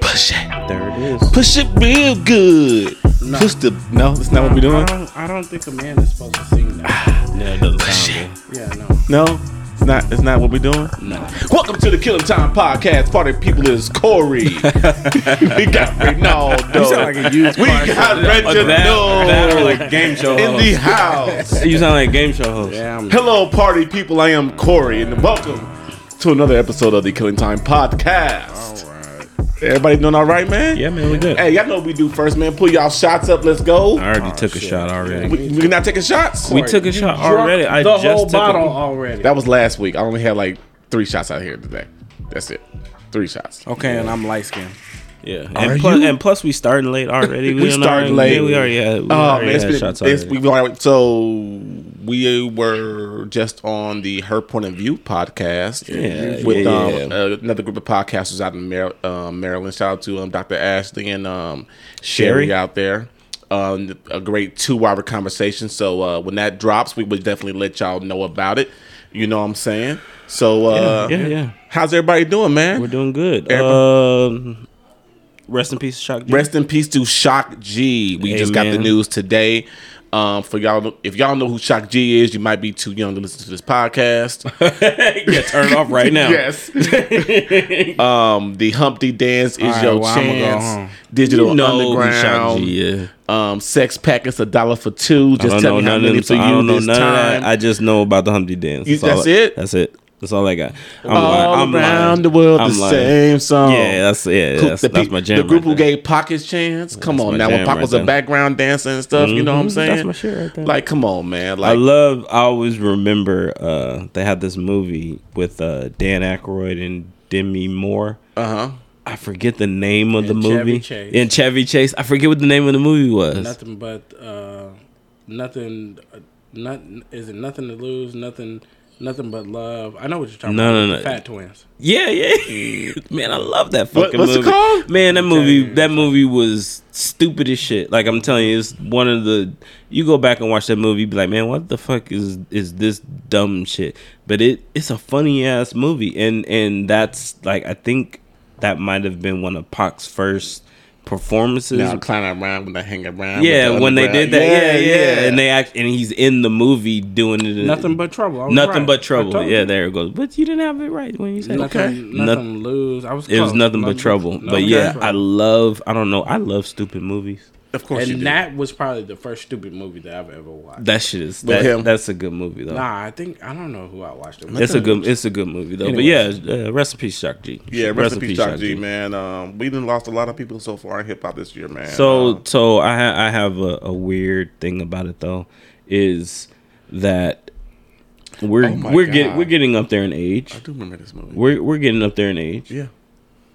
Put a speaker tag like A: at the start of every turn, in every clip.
A: push it.
B: There it is.
A: Push it real good.
B: No.
A: Push the no, that's not what we're doing.
B: I don't, I don't think a man is supposed to sing that.
C: No, it doesn't
A: Push
C: sound
A: it.
B: Yeah, no.
A: No, it's not it's not what we're doing.
C: good. No.
A: Welcome to the Killing Time Podcast. Party people is Corey. we got
B: You sound
A: Ronaldo.
B: like a used
A: we
B: car.
A: got
C: Or that, that or
A: Reginald
C: like game show
A: in the
C: host.
A: house.
C: You sound like a game show host.
B: Yeah, I'm-
A: Hello, party people. I am Corey, and welcome to another episode of the Killing Time Podcast.
B: Alright.
A: Everybody doing all right, man?
C: Yeah, man, we good.
A: Hey, y'all know what we do first, man. Pull y'all shots up. Let's go.
C: I already
B: Oh,
C: took a
B: shit.
C: shot already.
A: We, we not taking shots.
C: We took a shot
B: Drunk
C: already. I
B: the
C: just
B: whole
C: took
B: bottle
C: A,
B: already.
A: That was last week. I only had like three shots out here today. That's it. Three shots.
B: okay, and I'm light skinned.
C: yeah,
A: Are
C: and plus,
A: you?
C: and plus we starting late already.
A: We
C: done
A: starting
C: already-
A: late.
C: Yeah, we already had. We
A: Oh
C: already
A: man, it's
C: had
A: been,
C: shots
A: it's,
C: already.
A: we've already, so we were just on the Her Point of View podcast
C: Yeah,
A: with
C: yeah,
A: um,
C: yeah.
A: uh, another group of podcasters out in Mar- uh, Maryland. Shout out to um, Dr. Ashley and um, Sherry.
C: Sherry.
A: out there. Um, a great two-hour conversation. So uh, when that drops, we would definitely let y'all know about it. You know what I'm saying? So uh,
C: yeah, yeah.
A: how's everybody doing, man?
C: We're doing good. Um, rest in peace, Shock. D.
A: Rest in peace to Shock G. We just got the
C: Amen.
A: news today. Um, for y'all, if y'all know who Shock G is, you might be too young to listen to this podcast.
C: yeah, turn it off right now.
A: yes. um, the Humpty Dance is
B: right,
A: your
B: well, I'ma go home.
A: chance. Digital
C: You know who Shock
A: Underground.
C: G, yeah.
A: Um, sex packets a dollar for two.
C: I
A: Just
C: don't
A: tell
C: know
A: me how
C: none of
A: many
C: them.
A: for
C: So I
A: you
C: don't know
A: this
C: none of that.
A: time.
C: I just know about the Humpty Dance.
A: You-
C: all
A: that's
C: I-
A: it?
C: That's it. That's all I got. I'm
A: all
C: lying. I'm
A: around
C: lying.
A: the world,
C: I'm
A: the
C: lying.
A: same song.
C: Yeah, that's yeah. That's,
A: the, pe-
C: that's my jam.
A: the group
C: right
A: who
C: there.
A: gave Pockets chance. Come
C: That's
A: on
C: my
A: now, when
C: jam
A: Pac
C: right
A: was a
C: there.
A: background dancer and stuff, you know what I'm
C: Mhm,
A: saying?
C: That's my shit right there.
A: Like, come on, man.
C: I
A: Like,
C: love. I always remember. Uh, they had this movie with uh, Dan Aykroyd and Demi Moore.
A: uh huh.
C: I forget the name of the
B: And Chevy
C: movie.
B: Chase.
C: And Chevy Chase. I forget what the name of the movie was.
B: Nothing but uh, nothing. Uh, not is it nothing to lose? Nothing. Nothing but love. I know what you're talking
C: No,
B: about.
C: no, no.
B: Fat twins.
C: Yeah, yeah. Man, I love that
A: What-
C: fucking
A: what's it
C: movie.
A: called?
C: Man, that
B: Okay.
C: movie that movie was stupid as shit. Like I'm telling you, it's one of the you go back and watch that movie, you be like, man, what the fuck is is this dumb shit? But it it's a funny ass movie. And and that's like I think that might have been one of Pac's first performances.
A: Now clown around when I hang around.
C: yeah,
A: with the
C: when they
A: underground.
C: did that, yeah, yeah, and they act, and he's in the movie doing it. in-
B: Nothing but trouble. I was
C: nothing
B: right.
C: but
B: I
C: trouble.
B: told
C: Yeah,
B: you.
C: there it goes. But you didn't have it right when you said it.
B: Nothing,
A: Okay.
B: nothing
C: Noth-
B: to lose. I was.
C: It was
B: close.
C: nothing but trouble. but yeah,
B: but
C: I love. I don't know. I love stupid movies.
A: of course you
B: and
A: did.
B: that was probably the first stupid movie that I've ever watched.
C: That shit is.
A: With
C: That,
A: him.
C: That's a good movie though.
B: nah, I think I don't know who I watched it. With.
C: It's a good. It's a good movie though.
B: Anyways.
C: But yeah, uh, rest in peace, Shock G.
A: yeah, rest in peace,
C: Shock
A: Doc G, man. Um, we done lost a lot of people so far in hip hop this year, man.
C: So
A: Um,
C: so I ha- I have a, a weird thing about it though, is that we're
A: Oh my
C: we're getting
A: God.
C: we're getting up there in age.
A: I do remember this movie.
C: We're we're getting up there in age.
A: yeah,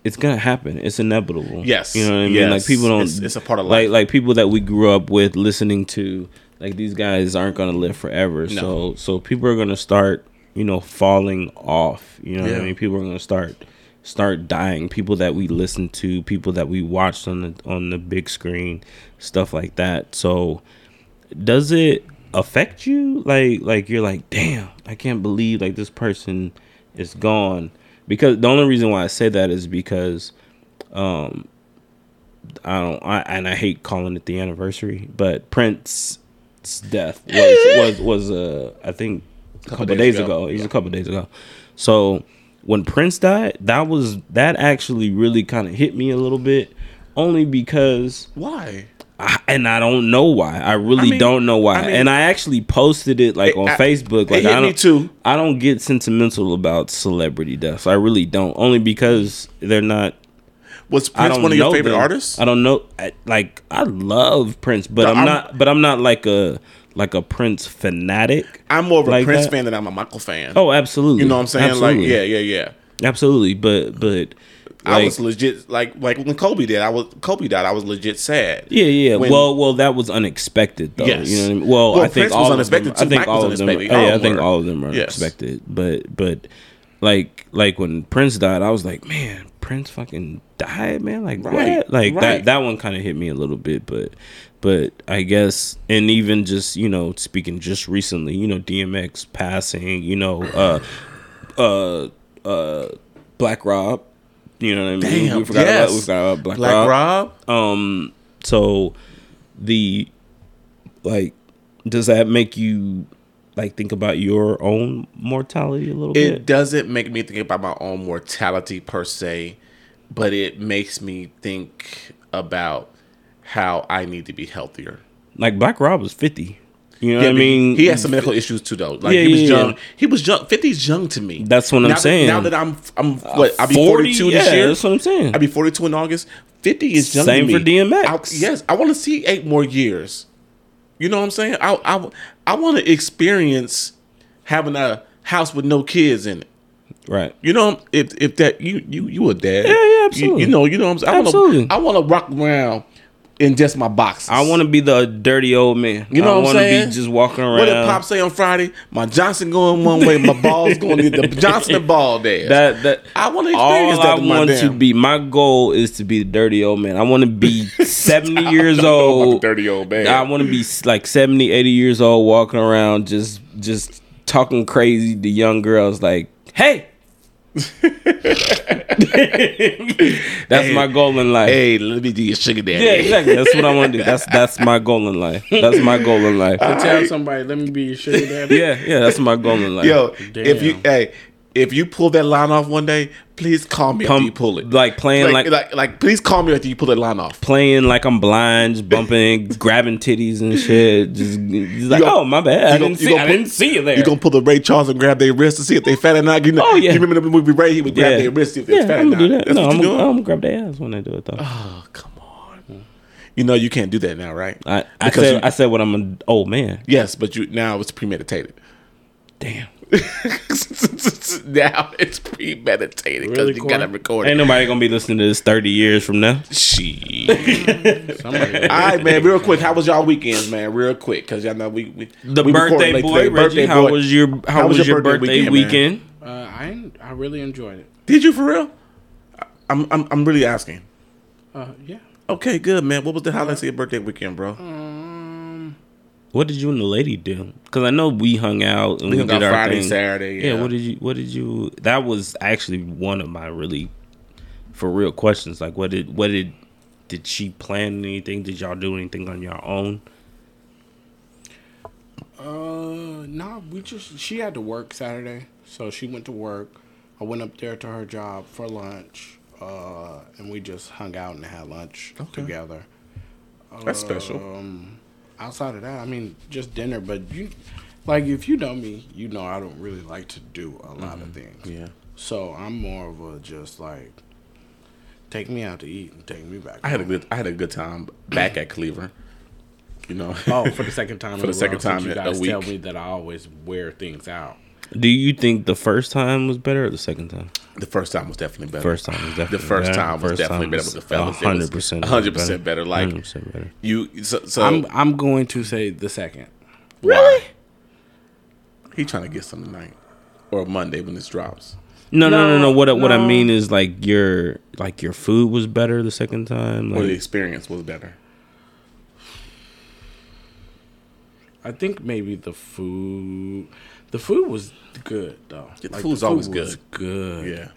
C: It's gonna happen. It's inevitable.
A: Yes.
C: you know what I mean.
A: Yes.
C: Like people don't.
A: It's- it's a part of life.
C: Like like people that we grew up with listening to. Like these guys aren't gonna live forever. So so people are gonna start you know falling off. You know what
A: Yeah.
C: I mean. People are gonna start start dying. People that we listened to, people that we watched on the on the big screen, stuff like that. So does it affect you like like you're like damn i can't believe like this person is gone because the only reason why i say that is because um i don't I, and i hate calling it the anniversary but prince's death was was was uh i think a couple,
A: days
C: days,
A: ago.
C: ago, it was a couple days ago so when prince died that was that actually really kind of hit me a little bit only because
A: why?
C: I, and I don't know why. I
A: I
C: really
A: mean-
C: don't know why.
A: I mean-
C: and I actually posted it like
A: It-
C: on
A: I-
C: Facebook.
A: it
C: Like
A: hit
C: I
A: me
C: don't,
A: too.
C: I don't get sentimental about celebrity deaths. I really don't. Only because they're not.
A: Was
C: I
A: Prince
C: don't
A: one of
C: know
A: your favorite
C: them.
A: artists?
C: I don't know. I, like I love Prince, but
A: No,
C: I'm,
A: I'm-
C: not. But I'm not like a like a Prince fanatic.
A: I'm more of a
C: Like
A: Prince
C: that.
A: fan than I'm a Michael fan.
C: Oh, absolutely.
A: you know what I'm saying?
C: Absolutely.
A: Like, yeah, yeah, yeah.
C: yeah, absolutely. But but
A: I
C: like-
A: was legit like like when Kobe did. I was Kobe died. I was legit sad.
C: Yeah, yeah.
A: When-
C: well, well, that was unexpected, though.
A: Yes.
C: You know what I mean? Well,
A: Well,
C: I think
A: Prince was
C: all
A: unexpected,
C: of them.
A: too.
C: I think
A: Mike was
C: all of them. oh,
A: unexpected.
C: yeah,
A: All
C: I
A: of them
C: think
A: were.
C: all of them are
A: Yes.
C: unexpected. But, but, like, like when Prince died, I was like, man, Prince fucking died, man. Like,
A: Right,
C: what? Like
A: right.
C: that. That one kind of hit me a little bit, but, but I guess, and even just you know, speaking just recently, you know, DMX passing, you know, uh, uh, uh, Black Rob. You know what I mean?
A: Damn,
C: we forgot
A: yes.
C: about we forgot about Black,
A: Black
C: Rob.
A: Rob.
C: Um, so the like, does that make you like think about your own mortality a little
A: It
C: bit?
A: doesn't make me think about my own mortality per se, but it makes me think about how I need to be healthier.
C: Like Black Rob was fifty. You know what I
A: but
C: mean?
A: he, he has some medical issues too, though. Like
C: Yeah,
A: he was
C: yeah,
A: young.
C: yeah.
A: He was young. 50's young to me.
C: That's what
A: Now
C: I'm
A: that-
C: saying.
A: now that I'm, I'm what? I'll be 42 this
C: yeah,
A: year.
C: That's what I'm saying.
A: I'll be 42 in August. 50 is young.
C: Same
A: to me.
C: for DMX.
A: I- yes, I want to see eight more years. You know what I'm saying? I I, I want to experience having a house with no kids in it.
C: right.
A: You know, if if that you you you a dad,
C: yeah,
A: You- You,
C: absolutely.
A: know, you know what I'm saying. I
C: Absolutely.
A: want to I want to rock around in just my boxes.
C: I want to be the dirty old man.
A: You know
C: I
A: what I'm
C: wanna
A: saying?
C: Be just walking around.
A: What did Pop say on Friday? My Johnson going one way, my ball's going the the Johnson and ball dance.
C: that that
A: I want to experience
C: all
A: that.
C: I
A: to my
C: want to
A: damn-
C: be. My goal is to be the dirty old man. I want to be seventy years
A: I don't know about
C: old.
A: the dirty old man.
C: I want to be s- like 70, 80 years old, walking around just just talking crazy to young girls. Like, hey, that's my goal in life.
A: hey, let me do your sugar daddy.
C: Yeah, exactly. That's what I want to do. That's that's my goal in life. That's my goal in life.
B: Tell somebody, let me be your sugar daddy.
C: Yeah, yeah, that's my goal in life.
A: Yo, if
B: Damn.
A: you hey, if you pull that line off one day, please call me after
C: Pump-
A: you pull it.
C: like playing
A: like,
C: like,
A: like, like, please call me after you pull that line off.
C: playing like I'm blind, just bumping, grabbing titties and shit. Just, just like,
A: gonna-
C: oh my bad, I
A: you gonna-
C: didn't
A: you
C: see,
A: gonna
C: I
A: put-
C: didn't see you there.
A: You gonna pull the Ray Charles and grab their wrist to see if they fat or not? You know,
C: Oh, yeah.
A: You remember the movie Ray? He would grab
C: yeah,
A: their wrist see if they
C: yeah,
A: fat
C: I'm
A: or
C: gonna do
A: not.
C: that.
A: That's
C: No,
A: what
C: I'm,
A: you
C: gonna-
A: doing?
C: I'm gonna grab their ass when I do it though.
A: oh, come on. You know you can't do that now, right?
C: I, I
A: Because
C: said
A: you-
C: I said what I'm an old man.
A: yes, but you now it's premeditated.
C: Damn.
A: now it's premeditated because
B: Really,
A: you gotta
B: Corey?
A: record
C: Ain't
A: it.
C: nobody gonna be listening to this 30 years from now.
A: Shit.
B: Somebody.
A: All right, man. Real quick, how was y'all weekends, man? Real quick, because y'all know we, we
C: The
A: we recording
C: birthday
A: late
C: boy,
A: today.
C: Reggie.
A: Birthday
C: how
A: boy.
C: was your how, was, your birthday, weekend?
B: Uh, I en- I really enjoyed it.
A: Did you for real? I- I'm I'm I'm really asking.
B: Uh, yeah.
A: Okay, good man. What was the highlights of your birthday weekend,
C: Mm.
A: bro?
B: Um,
C: What did you and the lady do? Because I know we hung out and we,
A: hung out
C: did our
A: Friday,
C: thing.
A: Saturday,
C: Yeah.
A: yeah.
C: What did you What did you? That was actually one of my really for real questions. Like, what did what did did she plan anything? Did y'all do anything on your own?
B: uh, nah, we just she had to work Saturday, so she went to work. I went up there to her job for lunch, uh, and we just hung out and had lunch together.
A: That's special.
B: Um, outside of that, I mean, just dinner. But you, like, if you know me, you know I don't really like to do a lot of things.
A: Mm-hmm. Yeah.
B: So I'm more of a just like, take me out to eat and take me back.
A: I had a
B: home.
A: good I had a good time back at Cleaver. You know.
B: Oh, for the second time.
A: For
B: in
A: the second
B: row,
A: time
B: since you
A: in a
B: guys tell
A: week.
B: me that I always wear things out.
C: Do you think the first time was better or the second time?
A: the first time was definitely better.
C: First time was definitely
A: the first
C: better.
A: time was
C: First
A: definitely better
C: was
A: with the fellas. It was
C: 100%
A: 100% better, like-
C: 100% better.
A: You so, so
B: I'm I'm going to say the second.
A: really? He trying to get some tonight or Monday when this drops.
C: No, no, no, no. What I- what I
B: no.
C: mean is like your like your food was better the second time.
A: Or
C: Like,
A: the experience was better.
B: I think maybe the food. The food was good though.
A: The food's always
B: was good.
A: Yeah.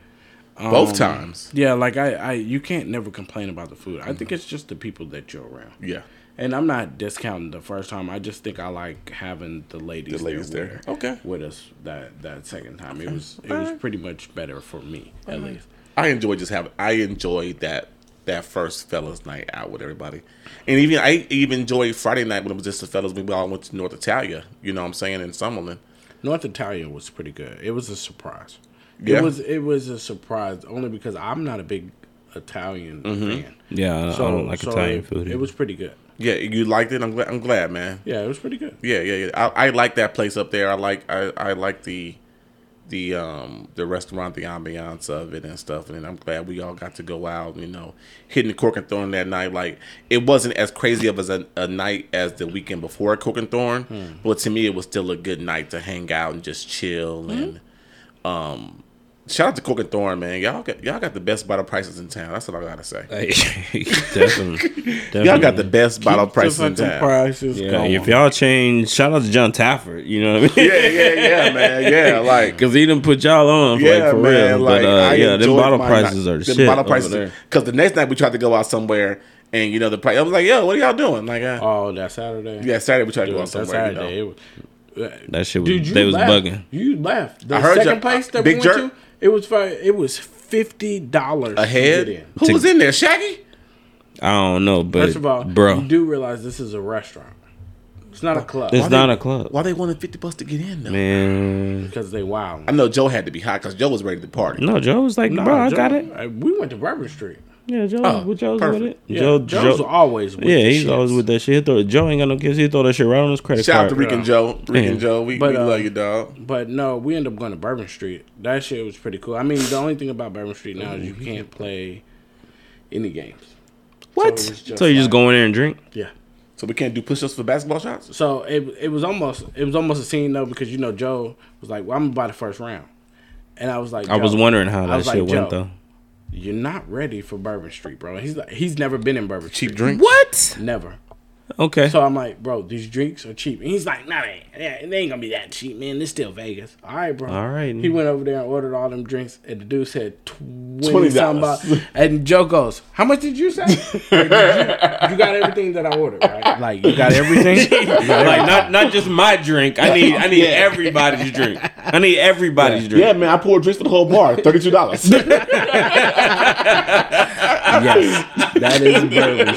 A: Um, Both times.
B: Yeah, like I, I, you can't never complain about the food. I think it's just the people that you're around.
A: Yeah.
B: And I'm not discounting the first time. I just think I like having the ladies,
A: The ladies there.
B: With,
A: Okay.
B: with us that that second time. It was it was pretty much better for me at least.
A: I enjoy just having. I enjoy that that first fellas night out with everybody, and even I even enjoyed Friday night when it was just the fellas. We all went to North Italia. You know what I'm saying in Summerlin.
B: North Italia was pretty good. It was a surprise.
A: Yeah.
B: It was it was a surprise only because I'm not a big Italian
A: Mm-hmm.
B: fan.
C: yeah, I- I don't like
B: so
C: Italian
B: it-
C: food.
B: It was pretty good.
A: Yeah, you liked it. I'm glad. I'm glad, man.
B: Yeah, it was pretty good.
A: Yeah, yeah, yeah. I, I like that place up there. I like I, I like the the um the restaurant, the ambiance of it and stuff. And I'm glad we all got to go out. You know, hitting the Cork and Thorn that night. Like it wasn't as crazy of as a, a night as the weekend before at Cork and Thorn,
B: Hmm. Mm-hmm.
A: but to me it was still a good night to hang out and just chill and um Shout out to Cork and Thorn, man. Y'all got y'all got the best bottle prices in town. That's all I gotta say.
C: Like, definitely, definitely.
A: Y'all got the best bottle
B: Keep
A: prices
B: the
A: in
B: fucking
A: town.
B: prices
C: Yeah,
B: going.
C: if y'all change, shout out to John Tafford. You know what I mean?
A: yeah, yeah, yeah, man. Yeah, like
C: Cause he done put y'all on,
A: yeah,
C: like for
A: man.
C: real.
A: Like
C: but uh,
A: I
C: yeah, them
A: enjoyed
C: bottle
A: my
C: prices
A: night.
C: are the
A: them
C: shit.
A: bottle
C: over
A: prices
C: there.
A: because the next night we tried to go out somewhere and you know the price. I was like, yo, what are y'all doing? Like, uh,
B: Oh, that Saturday.
A: yeah, Saturday we tried to
B: Dude,
A: go out
B: that
A: somewhere. You know.
B: Saturday. It was,
C: That shit was
B: Dude, you
C: they was
B: left.
C: bugging.
B: You left. The
A: I heard
B: second
A: you-
B: place that
A: Big
B: we went
A: Jerk?
B: to, it was fi- it was fifty dollars
A: ahead. Who
C: To-
A: was in there? Shaggy.
C: I don't know, but
B: First of all,
C: bro,
B: you do realize this is a restaurant. It's not a club
C: it's
A: Why
C: not
A: they-
C: a club,
A: Why they wanted fifty bucks to get in though?
C: man.
B: because they wild.
A: I know Joe had to be hot because Joe was ready to party.
C: No, Joe was like, bro, I
B: Joe-
C: got it.
B: uh, We went to Bourbon Street.
C: Yeah, Joe,
A: Oh,
C: what Joe's with
A: perfect.
C: it.
B: Yeah,
C: Joe,
B: Joe's
C: Joe,
B: always with
C: yeah,
B: the
C: he's
B: shits.
C: always with that shit. He throw, Joe ain't got no kids. He throw that shit right on his credit
A: Shout out
C: card.
A: to Rican Joe. Rican
C: Yeah.
A: Joe, we,
B: But,
A: we
B: uh,
A: love you, dog.
B: But no, we ended up going to Bourbon Street. That shit was pretty cool. I mean, the only thing about Bourbon Street now is
C: Mm-hmm.
B: you can't play any games.
C: what?
B: So it
C: So,
B: was just
C: you just
B: like-
C: go in there and drink?
B: Yeah.
A: So we can't do push-ups for basketball shots.
B: So it it was almost it was almost a scene though because you know Joe was like, "Well, I'm about the first round," and I was like,
C: I was
B: "Joe,
C: wondering how that
B: was
C: shit
B: like, Joe.
C: went though.
B: You're not ready for Bourbon Street, bro." And he's like, "He's never been in Bourbon
A: Cheap
B: Street,
A: drink.
C: What?
B: never."
C: Okay.
B: So I'm like, "Bro, these drinks are cheap," and he's like, "Nah, they ain't, they ain't gonna be that cheap, man. It's still Vegas." All right, bro.
C: All right.
B: He went over there and ordered all them drinks, and the dude said twenty
A: $20.
B: something. And Joe goes, "How much did you say? Like, did you, you got everything that I ordered, right? Like you got everything."
C: like not not just my drink. I need I need everybody's drink. I need everybody's drink.
A: Yeah, man, I poured drinks for the whole bar, thirty-two dollars.
B: yes, that is Bourbon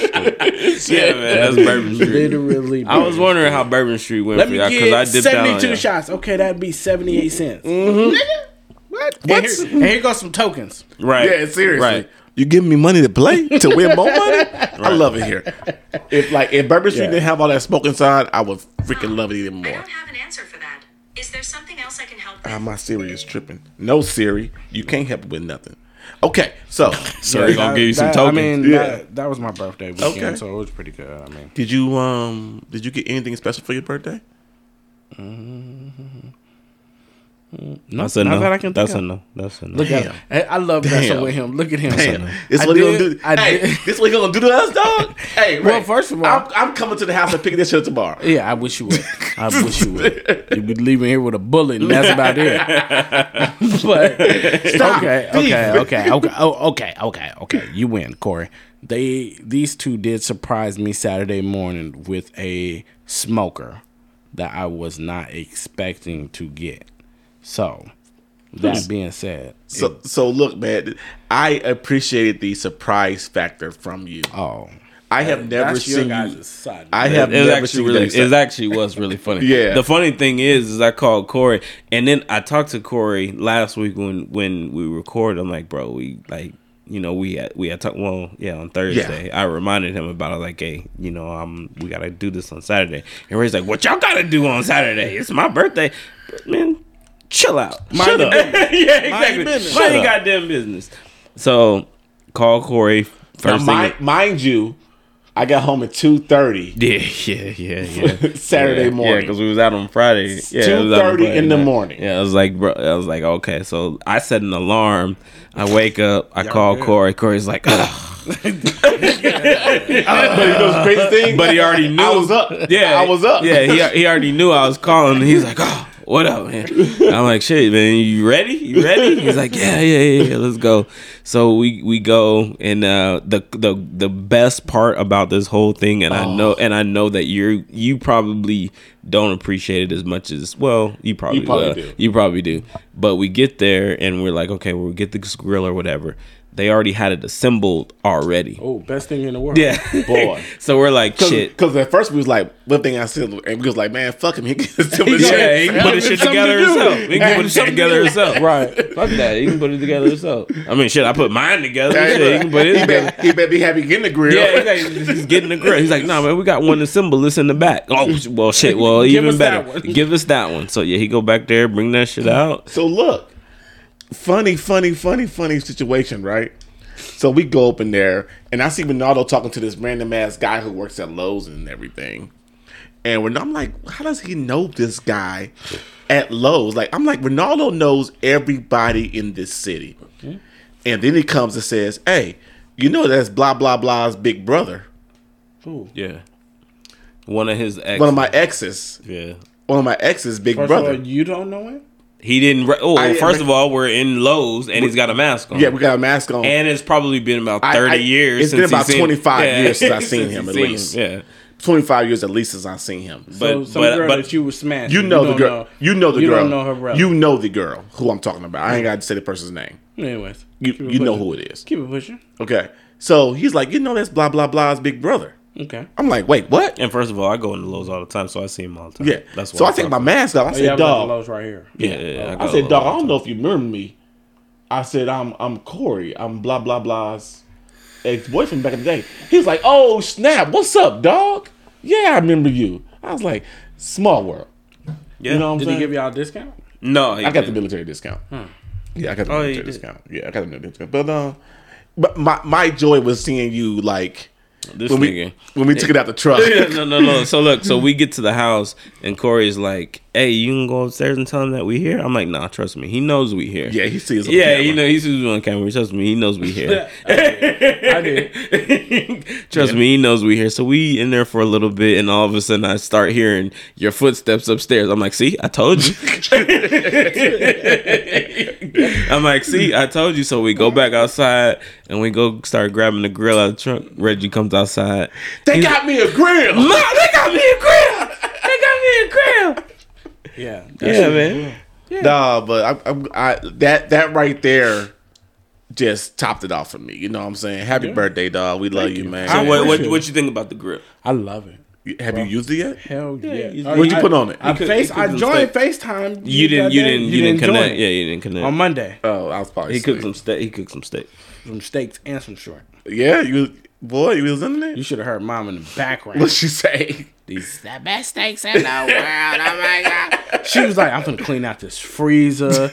B: Street.
C: Yeah, man, that's Bourbon Street.
B: Literally,
C: I was wondering how Bourbon Street went
B: Let
C: for
B: me
C: y'all
B: get
C: because I dipped out.
B: seventy-two
C: on Mm, y'all.
B: shots. Okay, that'd be seventy-eight cents.
A: what?
B: And, here, and here goes some tokens.
C: Right.
A: Yeah, seriously.
C: Right.
A: You giving me money to play to win more money? I love it here. If like if Bourbon Street
B: Yeah.
A: didn't have all that smoke inside, I would freaking love it even
D: I
A: more.
D: don't have an answer for that. Is there something else I can help
A: Ah,
D: with?
A: my Siri is tripping. No Siri, you can't help it with nothing. Okay, so
C: Sorry, gonna give you some
B: That-
C: tokens.
B: I mean,
A: Yeah.
B: that, that was my birthday weekend,
A: Okay.
B: so it was pretty good. I mean,
A: did you um did you get anything special for your birthday?
C: that's a
B: not
C: no.
B: that I can
C: that's a
B: think
C: no. That's a no.
B: look at I, I love messing
A: Damn.
B: with him. Look at him.
A: Damn, this
B: I
A: what he gonna
B: did-
A: do.
B: I
A: hey,
B: did-
A: this what he gonna do to us, dog? Hey,
B: Well,
A: Ray,
B: first of all-
A: I'm, I'm coming to the house and picking this shit up tomorrow.
B: Yeah, I wish you would. I wish you would. You'd be leaving here with a bullet, and that's about it. but
A: Stop.
B: okay, okay, okay, okay, oh, okay, okay, okay. You win, Corey. They these two did surprise me Saturday morning with a smoker that I was not expecting to get. So, that being said,
A: So, so look, man, I appreciated the surprise factor from you.
B: oh,
A: I have never seen you.
B: side.
A: I have
C: It was
A: never
C: actually
A: seen
C: really.
A: really,
C: It actually was really funny.
A: Yeah.
C: The funny thing is, is I called Corey, and then I talked to Corey last week when when we recorded. I'm like, bro, we like, you know, we had, we had talked. Well, yeah, on Thursday, I reminded him about it. Like, hey, you know, um, we gotta do this on Saturday. And Ray's like, what y'all gotta do on Saturday? It's my birthday, but, man. Chill out.
B: Mind your business.
C: yeah, exactly.
B: business.
C: Mind your
B: Shut up.
C: goddamn business. So, call Corey
A: Now,
C: first thing.
A: mind, mind you, I got home at two thirty
C: Yeah, yeah, yeah, yeah.
A: Saturday
C: yeah,
A: morning.
C: because we was out on Friday. Yeah, it was out on
A: 2:30
C: Friday
A: in the
C: night.
A: morning.
C: Yeah, I was like, bro, I was like, okay, so I set an alarm. I wake up, I call
B: good.
C: Corey. Corey's like, "Ugh."
A: but you know the crazy thing?
C: but he already knew.
A: I was up.
C: Yeah,
A: I was up.
C: Yeah, he, he already knew I was calling. He's like, oh, what up, man? I'm like, shit, man, you ready? You ready? He's like, yeah, yeah, yeah, yeah, let's go. So we we go, and uh, the the the best part about this whole thing, and
A: Oh.
C: I know, and I know that you're you probably don't appreciate it as much as well. You probably,
A: probably
C: will.
A: do.
C: You probably do. But we get there, and we're like, okay, we'll get the grill or whatever. They already had it assembled already.
B: oh, best thing in the world.
C: Yeah,
A: Boy.
C: so we're like, shit.
A: Because at first we was like, one thing I said, and we was like, man, fuck him. He gets to the
C: Yeah, he can put his
B: Something
C: shit
B: to
C: together
B: do.
C: himself. He can
B: Hey,
C: put his shit
B: something to
C: together himself.
B: Right.
C: Fuck that. He can put it together himself. I mean, shit, I put mine together.
A: Hey,
C: Shit, he can put his
A: he,
C: together.
A: bet, he bet be happy getting the grill.
C: Yeah, he's, like, he's getting the grill. He's like, nah, man, we got one assemble. It's in the back. Oh, sh- well, shit. Well,
B: Give
C: even
B: us that
C: better.
B: one. Mm-hmm.
C: Give us that one. So yeah, he go back there, bring that shit out.
A: So look, funny, funny, funny, funny situation, right? So we go up in there, and I see Ronaldo talking to this random ass guy who works at Lowe's and everything. And when I'm like, how does he know this guy at Lowe's? Like, I'm like, Ronaldo knows everybody in this city. And then he comes and says, hey, you know that's blah, blah, blah's big brother,
C: Yeah. One of his ex.
A: one of my exes.
C: yeah.
A: One of my exes' big
B: First
A: brother.
B: of all, you don't know him.
C: He didn't. Re- oh,
A: I-
C: first of all, we're in Lowe's and he's got a mask on.
A: yeah, we got a mask on.
C: And it's probably been about
A: I-
C: 30
A: I-
C: years.
A: it's been
C: since he's
A: about
C: seen-
A: 25 years since I've seen
C: since
A: him,
C: he's
A: at
C: seen
A: least.
C: Yeah.
A: 25 years at least since I've seen him. But
B: So
C: But-
B: some
C: but-
B: girl
C: but-
B: that you was smashing.
A: you know the
B: don't
A: girl. You know the
B: you
A: girl.
B: don't know her brother.
A: You know the girl who I'm talking about. I ain't got to say the person's name.
B: anyways.
A: You,
B: keep it
A: you know
B: pushing.
A: who it is.
B: Keep it pushing.
A: Okay. So he's like, you know, that's blah, blah, blah's big brother.
B: Okay.
A: I'm like, wait, what?
C: And first of all, I go into Lowe's all the time, so I see him all the time.
A: Yeah.
C: That's
A: so
C: why
A: I take my mask off. I
B: Oh, yeah,
A: said,
B: I'm at the
A: dog.
B: Lowe's right here.
C: Yeah, yeah,
A: I
C: go
A: said,
C: to Lowe's
A: dog, I
C: all the
A: don't know if you remember me. I said, I'm I'm Corey. I'm blah, blah, blah's ex boyfriend back in the day. He's like, oh, snap. What's up, dog? Yeah, I remember you. I was like, small world.
C: Yeah.
A: You know what I'm
B: Did he
A: saying?
B: give y'all a discount?
C: no,
A: I got the military discount. Yeah, I got the
C: Hmm. Oh, you
A: military
C: did.
A: discount. Yeah, I got the military discount. But um, but my my joy was seeing you like
C: this
A: when
C: nigga.
A: we when we took it out the truck.
C: Yeah, no, no, no. So look, so we get to the house and Corey's like, "Hey, you can go upstairs and tell him that we here." I'm like, "Nah, trust me. He knows we here."
A: yeah, he sees. on
C: yeah.
A: camera.
C: You know, he sees me on camera. Trust me, he knows we here.
B: I did.
C: Trust me, he knows we here. So we in there for a little bit, and all of a sudden I start hearing your footsteps upstairs. I'm like, see, I told you. I'm like, see, I told you. So we go back outside and we go start grabbing the grill out of the trunk. Reggie comes outside.
A: they got me a grill.
C: Ma, they got me a grill. They got me a grill.
B: Yeah.
C: Yeah, man.
A: Nah, but I, I, I that that right there just topped it off for me. You know what I'm saying? Happy birthday, dog. We love you, man.
C: So what, what what you think about the grill?
B: I love it.
A: have you used it yet?
B: Hell yeah.
C: you-
B: Oh,
A: What'd you
B: I-
A: put on it?
B: I,
A: You
C: could-
B: face,
C: you could
B: I
C: do
B: joined FaceTime.
C: You didn't you
B: that day.
C: didn't you didn't
B: join
C: connect.
B: it.
C: Yeah, you didn't
B: On
C: connect.
B: Monday,
A: Oh, I was probably.
C: He cooked
A: asleep.
C: some steak. He cooked some steak.
B: some steaks and some short.
A: Yeah, you boy, you was in there.
B: You should have heard mom in the
A: What'd
B: background.
A: she say?
B: These the best steaks in the world. Oh my god! She was like, "I'm gonna clean out this freezer.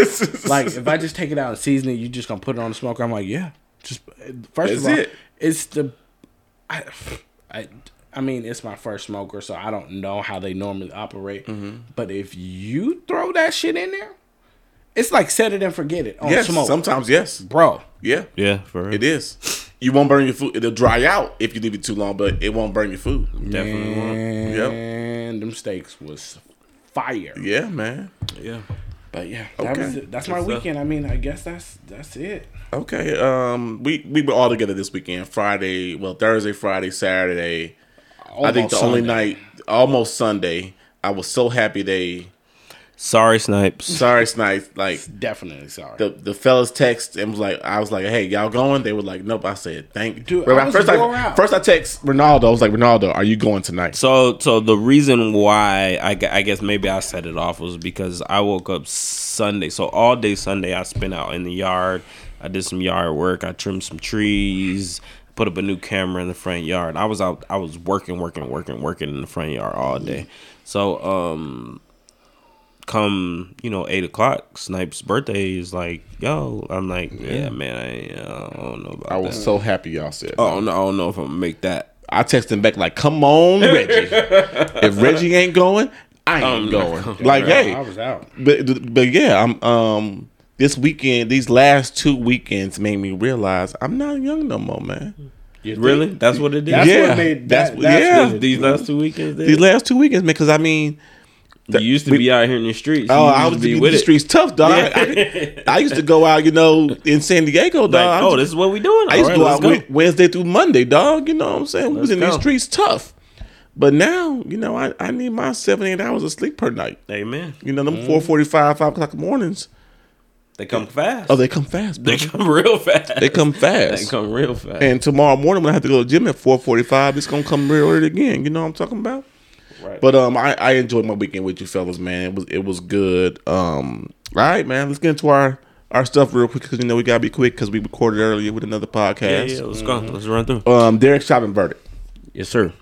B: like, if I just take it out and season it, you just gonna put it on the smoker." I'm like, "Yeah." Just first
A: That's
B: of all,
A: it.
B: it's the. I, I, I mean, it's my first smoker, so I don't know how they normally operate.
A: Mm-hmm.
B: But if you throw that shit in there, it's like set it and forget it on
A: Yes,
B: smoke,
A: sometimes yes.
B: bro.
A: Yeah.
C: Yeah, for real.
A: It is. You won't burn your food. It'll dry out if you leave it too long, but it won't burn your food.
C: Definitely. won't.
B: And
A: Uh-huh. Yep.
B: them steaks was fire.
A: Yeah, man.
C: Yeah.
B: But yeah, that
A: Okay.
B: was it. that's my
C: Good stuff.
B: weekend. I mean, I guess that's that's it.
A: Okay. Um, we we were all together this weekend. Friday, well, Thursday, Friday, Saturday. I think
B: Almost
A: the only
B: Sunday.
A: night, almost Sunday. I was so happy they.
C: Sorry, Snipes.
A: Sorry, Snipes. Like
B: definitely sorry.
A: the the fellas text and was like, I was like, hey, y'all going? They were like, nope. I said, thank you.
B: Dude,
A: Well,
B: I was
A: first,
B: wore
A: I,
B: out.
A: first I text Ronaldo. I was like, Ronaldo, are you going tonight?
C: So, so the reason why I, gu- I guess maybe I set it off was because I woke up Sunday. So all day Sunday, I spent out in the yard. I did some yard work. I trimmed some trees. Put up a new camera in the front yard. I was out. I was working, working, working, working in the front yard all day. So, um, come you know eight o'clock, Snipe's birthday is like, yo. I'm like, yeah, man. I, uh, I don't know about
A: I
C: that.
A: was so happy y'all said.
C: I don't know. I don't know if I'm gonna make that.
A: I text him back like, "Come on, Reggie. if Reggie ain't going, I ain't going." Like,
B: Bro,
A: hey,
B: I was out.
A: but but yeah, I'm um this weekend, these last two weekends made me realize I'm not young no more, man.
C: Really? That's what it did.
B: That's
A: yeah,
B: what made
A: that's
B: that.
A: what-
B: that's
A: yeah.
B: what-
C: These last two weekends,
A: These last two weekends, man, because I mean,
C: you used to be out here in the streets.
A: oh,
C: You
A: I
C: used
A: was in the streets tough, dog. I- I, I used to go out, you know, in San Diego, dog.
C: Like,
A: I was-
C: oh, this is what we doing.
A: I used to
C: All
A: go
C: right,
A: out
C: let's
A: Wed- Wednesday through Monday, dog. You know what I'm saying? We was in these
C: go.
A: streets tough. But now, you know, I, I need my seven, eight hours of sleep per night.
C: go. Amen.
A: You know, them four forty five, five o'clock mornings.
C: They come fast.
A: Oh, they come fast.
C: they
A: They,
C: come real fast.
A: they come fast.
C: They come real fast.
A: and tomorrow morning when I have to go to the gym at four forty five, it's gonna come real early again. You know what I'm talking about?
C: Right.
A: But um, I, I enjoyed my weekend with you fellas, man. It was it was good. Um, all right, man. Let's get into our our stuff real quick because you know we gotta be quick because we recorded earlier with another
C: yeah,
A: podcast.
C: yeah. Let's go.
B: Mm-hmm.
C: Let's run through.
A: Um, Derek shopping verdict.
C: Yes, sir.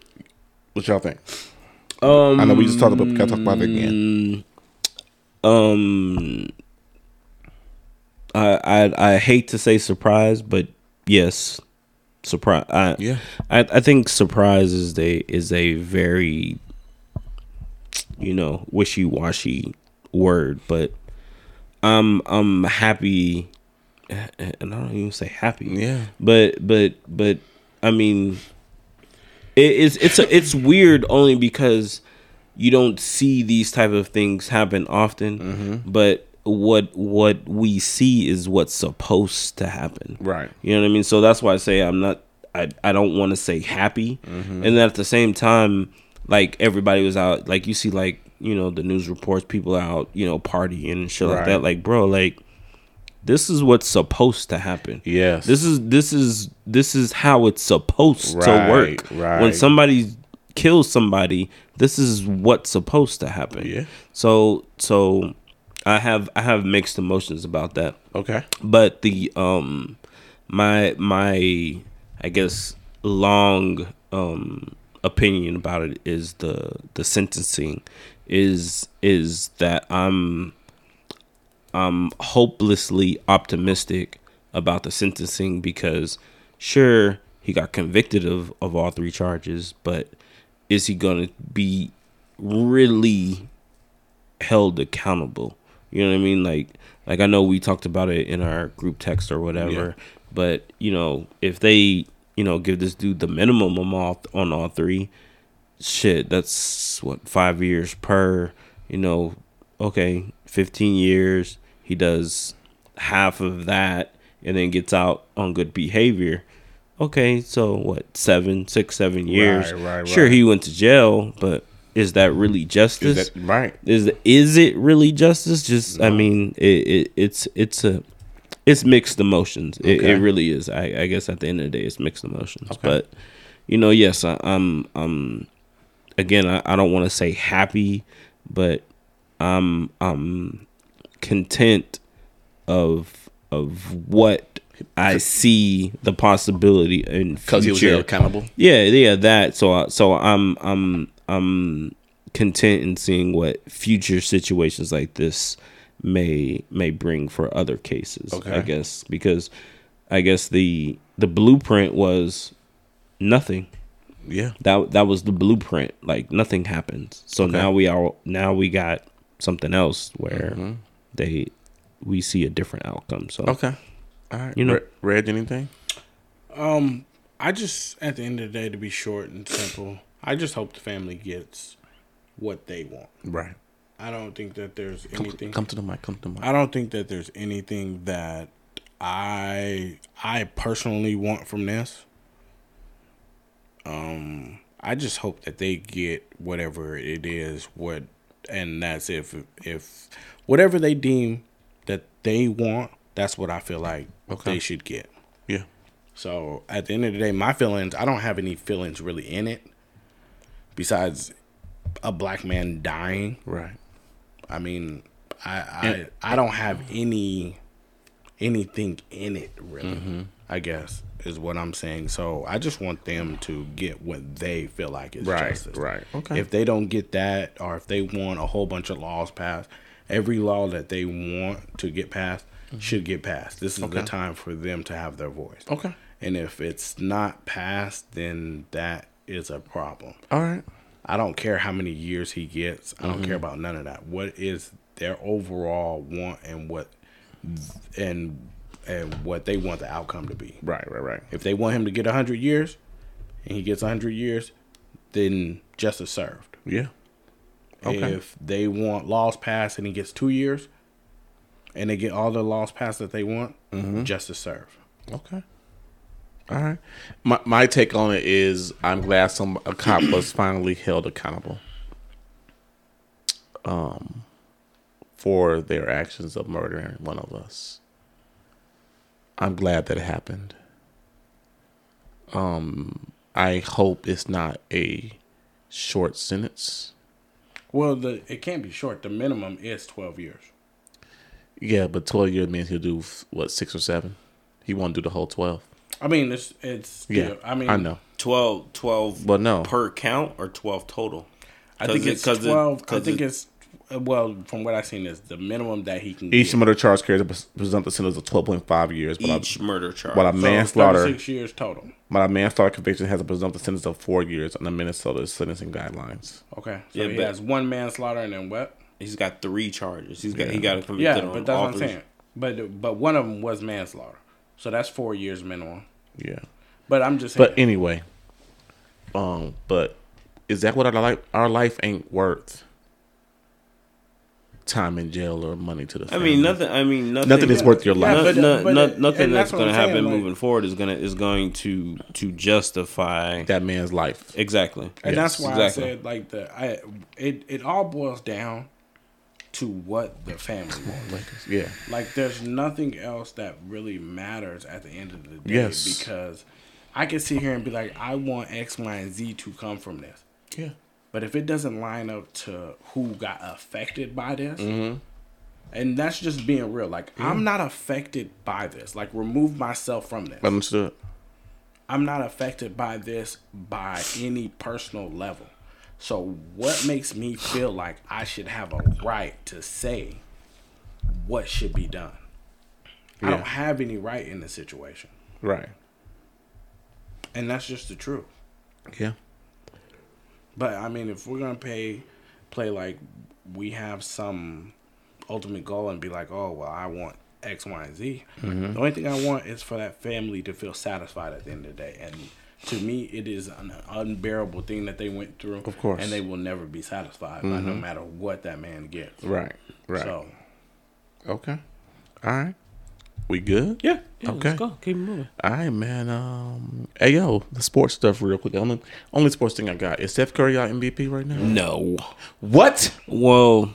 A: What y'all think?
C: Um,
A: I know we just talked about. Gotta talk about it again.
C: um, I, I I hate to say surprise, but yes, surprise. I,
A: Yeah.
C: I I think surprise is a is a very you know, wishy washy word, but I'm I'm happy, and I don't even say happy.
A: Yeah.
C: but but but I mean, it, it's it's a, it's weird only because you don't see these type of things happen often,
A: Mm-hmm.
C: but what what we see is what's supposed to happen
A: Right.
C: you know what i mean so that's why i say i'm not i, I don't want to say happy
A: Mm-hmm.
C: and then at the same time like everybody was out like you see like you know the news reports people out you know partying and shit like
A: Right.
C: that like bro like this is what's supposed to happen
A: Yes.
C: this is this is this is how it's supposed to
A: Right,
C: work when
A: right.
C: somebody kills somebody this is what's supposed to happen
A: Yeah.
C: so so i have i have mixed emotions about that
A: okay.
C: but the um my my i guess long um opinion about it is the the sentencing is is that i'm i'm hopelessly optimistic about the sentencing because sure he got convicted of of all three charges but is he going to be really held accountable. You know what I mean? Like like I know we talked about it in our group text or whatever, but you know, if they, you know, give this dude the minimum on all, on all three, shit, that's what 5 years per, you know, okay, 15 years, he does half of that and then gets out on good behavior. Okay, so what? Seven, six, seven years.
A: Right, right,
C: sure,
A: right.
C: he went to jail, but is that really justice?
A: Is that right?
C: is is it really justice just i mean it, it it's it's a it's mixed emotions it,
A: Okay.
C: it really is I, I guess at the end of the day it's mixed emotions but you know yes I, i'm i'm again i, I don't want to say happy but i'm i'm content of of what i see the possibility in
A: Because he was
C: future.
A: held accountable.
C: Yeah, yeah, that. So, I- so I'm, I'm, I'm content in seeing what future situations like this may may bring for other cases. I
A: Okay.
C: guess because I guess the the blueprint was nothing.
A: Yeah.
C: That that was the blueprint. Like nothing happens. So now we are now we got something else where they we see a different outcome. So
A: Mm-hmm. Okay. All right.
C: You know-
A: Re- Reg, anything?
B: Um, I just at the end of the day, to be short and simple, I just hope the family gets what they want.
A: Right.
B: I don't think that there's
A: Come,
B: anything.
A: come to the mic. Come to the mic.
B: I don't think that there's anything that I I personally want from this. Um, I just hope that they get whatever it is what, and that's if if whatever they deem that they want, that's what I feel like
A: Okay.
B: they should get.
A: yeah.
B: So at the end of the day, my feelings, I don't have any feelings really in it besides a black man dying.
A: Right.
B: I mean, I I, I don't have any anything in it really.
A: Mm-hmm.
B: I guess is what I'm saying. So I just want them to get what they feel like is
A: Right,
B: justice.
A: right. Okay.
B: If they don't get that, or if they want a whole bunch of laws passed, every law that they want to get passed
A: Mm-hmm.
B: should get passed. This is the time for them to have their voice.
A: Okay.
B: And if it's not passed, then that is a problem.
A: All right.
B: I don't care how many years he gets. I don't care
A: Mm-hmm.
B: about none of that. What is their overall want and what and and what they want the outcome to be?
A: Right. Right. Right.
B: If they want him to get 100 years and he gets 100 years, then justice served.
A: Yeah. Okay.
B: If they want laws passed and he gets 2 years and they get all the laws passed that they want,
A: Mm-hmm.
B: justice served.
A: Okay. All right. My my take on it is I'm glad some a cop was finally held accountable. Um for their actions of murdering one of us. I'm glad that it happened. Um I hope it's not a short sentence.
B: Well, the it can't be short. The minimum is 12 years.
A: Yeah, but 12 years means he'll do what 6 or 7. He won't do the whole 12.
B: I mean, it's it's
A: Yeah.
B: I mean,
A: I know.
C: 12, 12
A: Well, no.
C: per count or 12 total?
B: I think it's
C: because
B: twelve. I think it's well, from what I've seen, is the minimum that he can
A: Each
B: get.
A: murder charge carries a pres- presumptive sentence of 12.5 years, but
E: Each
A: a,
E: murder charge.
A: but a
B: So,
A: manslaughter
B: 36 years total.
A: but a manslaughter conviction has a presumptive sentence of four years under Minnesota's sentencing guidelines.
B: Okay, so
E: Yeah,
B: he
E: but-
B: has one manslaughter and then what?
E: He's got three charges. He's got he got a convicted
B: Yeah,
E: on
B: but that's
E: all
B: what I'm
E: three.
B: saying. But but one of them was manslaughter, so that's four years minimum.
A: Yeah.
B: But I'm just saying.
A: But anyway, um, but is that what our life our life ain't worth? Time in jail or money to the
E: I
A: family.
E: mean nothing. I mean nothing.
A: Nothing is worth your life.
E: no,
B: but-
E: no,
B: but-
E: no-
B: and
E: nothing
B: that's
E: that's,
B: what
E: going to
B: I'm saying,
E: happen
B: like-
E: moving forward is going to is going to to justify
A: that man's life.
E: exactly.
A: Yes,
B: and that's why
E: exactly.
B: I said like the I it it all boils down to what the family wants.
A: Yeah.
B: like there's nothing else that really matters at the end of the day
A: Yes.
B: because I can sit here and be like I want X, Y, and Z to come from this.
A: Yeah.
B: But if it doesn't line up to who got affected by this, and that's just being real. Like I'm not affected by this. Like remove myself from this.
A: Understood.
B: I'm not affected by this by any personal level. So what makes me feel like I should have a right to say what should be done? I
A: Yeah.
B: don't have any right in this situation.
A: Right.
B: And that's just the truth.
A: Yeah.
B: But I mean, if we're gonna pay, play like we have some ultimate goal and be like, oh well, I want X, Y, and Z.
A: Mm-hmm.
B: The only thing I want is for that family to feel satisfied at the end of the day. And to me, it is an unbearable thing that they went through.
A: Of course. Mm-hmm.
B: and they will never be satisfied by no matter what that man gets.
A: Right. Right.
B: So
A: Okay. All right. We good?
F: Yeah. yeah
A: Okay.
F: Let's go. Keep moving.
A: All right, man. Um, hey yo, the sports stuff real quick. Only only sports thing I got is Steph Curry out MVP right now.
F: No.
A: What?
F: Well,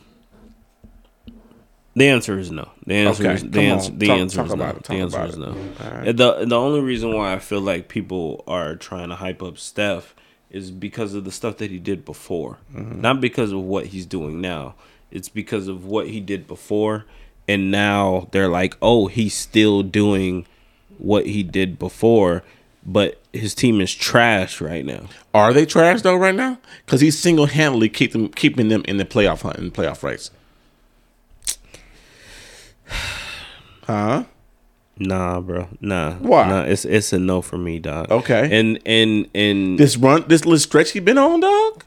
F: the answer is no. The answer
A: Okay,
F: is the
A: come
F: answer.
A: on.
F: The
A: Talk-
F: answer
A: talk
F: is no.
A: about it.
F: The
A: Talk
F: answer
A: about
F: is
A: it.
F: no.
A: Alright.
F: And The the only reason why I feel like people are trying to hype up Steph is because of the stuff that he did before,
A: Mm-hmm.
F: not because of what he's doing now. It's because of what he did before, and now they're like, oh, he's still doing what he did before, but his team is trash right now.
A: Are they trash though right now? Because he's single handedly keep them, keeping them in the playoff hunt in the playoff race. Huh?
F: Nah, bro. Nah.
A: Why?
F: Nah, it's it's a no for me, dog.
A: Okay.
F: And and and
A: This run, this little stretch he been on, dog.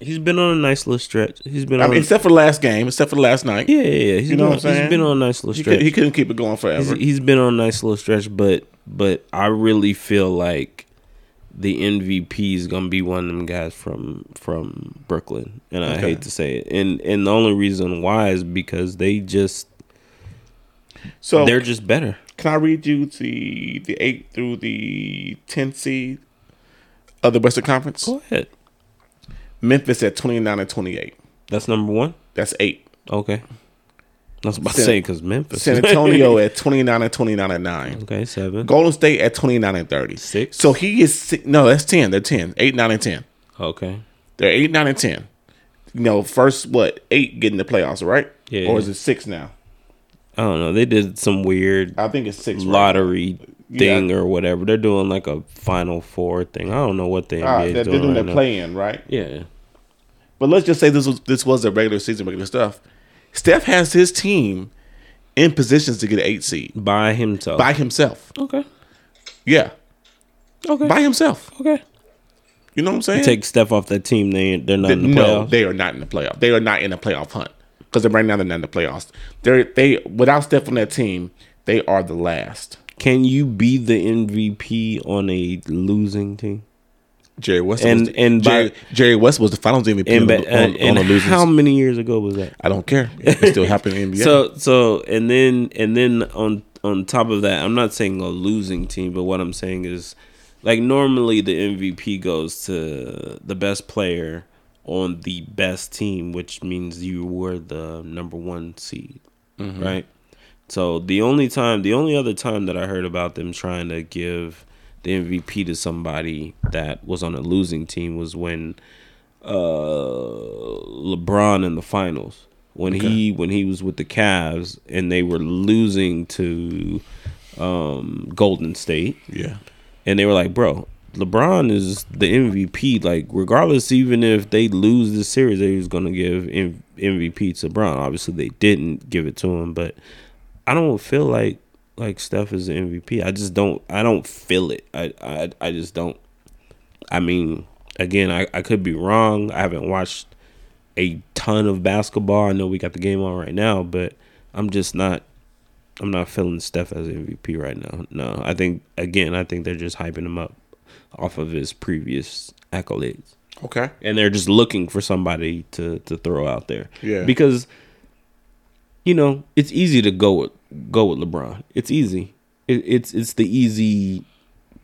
F: he's been on a nice little stretch. He's been
A: I
F: on.
A: mean, except for last game, except for last night.
F: yeah, yeah, yeah. He's
A: You know
F: been-
A: what I'm saying?
F: He's been on a nice little
A: He,
F: stretch.
A: could, he couldn't keep it going
F: He's-
A: forever.
F: he's been on a nice little stretch, but but I really feel like the MVP is gonna be one of them guys from from Brooklyn, and I
A: Okay.
F: hate to say it. And and the only reason why is because they just
A: so
F: they're just better.
A: Can I read you the the eight through the ten seed of the Western Conference?
F: Go ahead.
A: Memphis at twenty nine and twenty eight.
F: That's number one.
A: That's eight.
F: Okay. I was about to
A: San-
F: say because Memphis.
A: San Antonio at twenty nine and twenty nine and nine.
F: okay, seven.
A: Golden State at twenty nine and thirty.
F: Six.
A: So he is si- no, that's ten. They're ten. Eight, nine, and ten.
F: Okay.
A: They're eight, nine, and ten. You know, first what eight get in the playoffs, right?
F: Yeah.
A: Or is it six now?
F: I don't know. They did some weird
A: I think it's six. right?
F: lottery
A: Yeah.
F: thing or whatever. They're doing like a final four thing. I don't know what the NBA
A: Ah,
F: is
A: they're, they're
F: doing.
A: doing
F: right
A: their
F: now.
A: play in, right?
F: Yeah.
A: But let's just say this was this was a regular season, regular stuff. Steph has his team in positions to get an eight seed
F: By himself.
A: by himself.
F: okay.
A: Yeah,
F: Okay.
A: by himself.
F: okay.
A: You know what I'm saying?
F: Take Steph off that team. They ain't- they're not in the
A: no,
F: playoffs.
A: they are not in the playoff. They are not in the playoff hunt because right now they're not in the playoffs. They're they without Steph on that team, they are the last.
F: Can you be the MVP on a losing team?
A: Jerry West
F: And-
A: was the,
F: and by-
A: Jerry, Jerry West was the Finals MVP
F: And,
A: on,
F: ba-
A: the- on,
F: uh,
A: on
F: and
A: the losers.
F: how many years ago was that?
A: I don't care. It still happened in the NBA.
F: So so and then and then on on top of that, I'm not saying a losing team, but what I'm saying is like normally the MVP goes to the best player on the best team, which means you were the number one seed, right? So the only time, the only other time that I heard about them trying to give the MVP to somebody that was on a losing team was when uh LeBron in the finals when he when he was with the Cavs and they were losing to um Golden State
A: yeah,
F: and they were like, "Bro, LeBron is the MVP. Like, regardless, even if they lose this series, they was gonna give M- MVP to Brown. Obviously, they didn't give it to him, but I don't feel like like Steph is the MVP. I just don't. I don't feel it. I I, I just don't. I mean, again, I, I could be wrong. I haven't watched a ton of basketball. I know we got the game on right now, but I'm just not. I'm not feeling Steph as MVP right now. No, I think again, I think they're just hyping him up off of his previous accolades
A: Okay.
F: and they're just looking for somebody to to throw out there.
A: Yeah.
F: Because you know, it's easy to go with go with LeBron. It's easy. It, it's it's the easy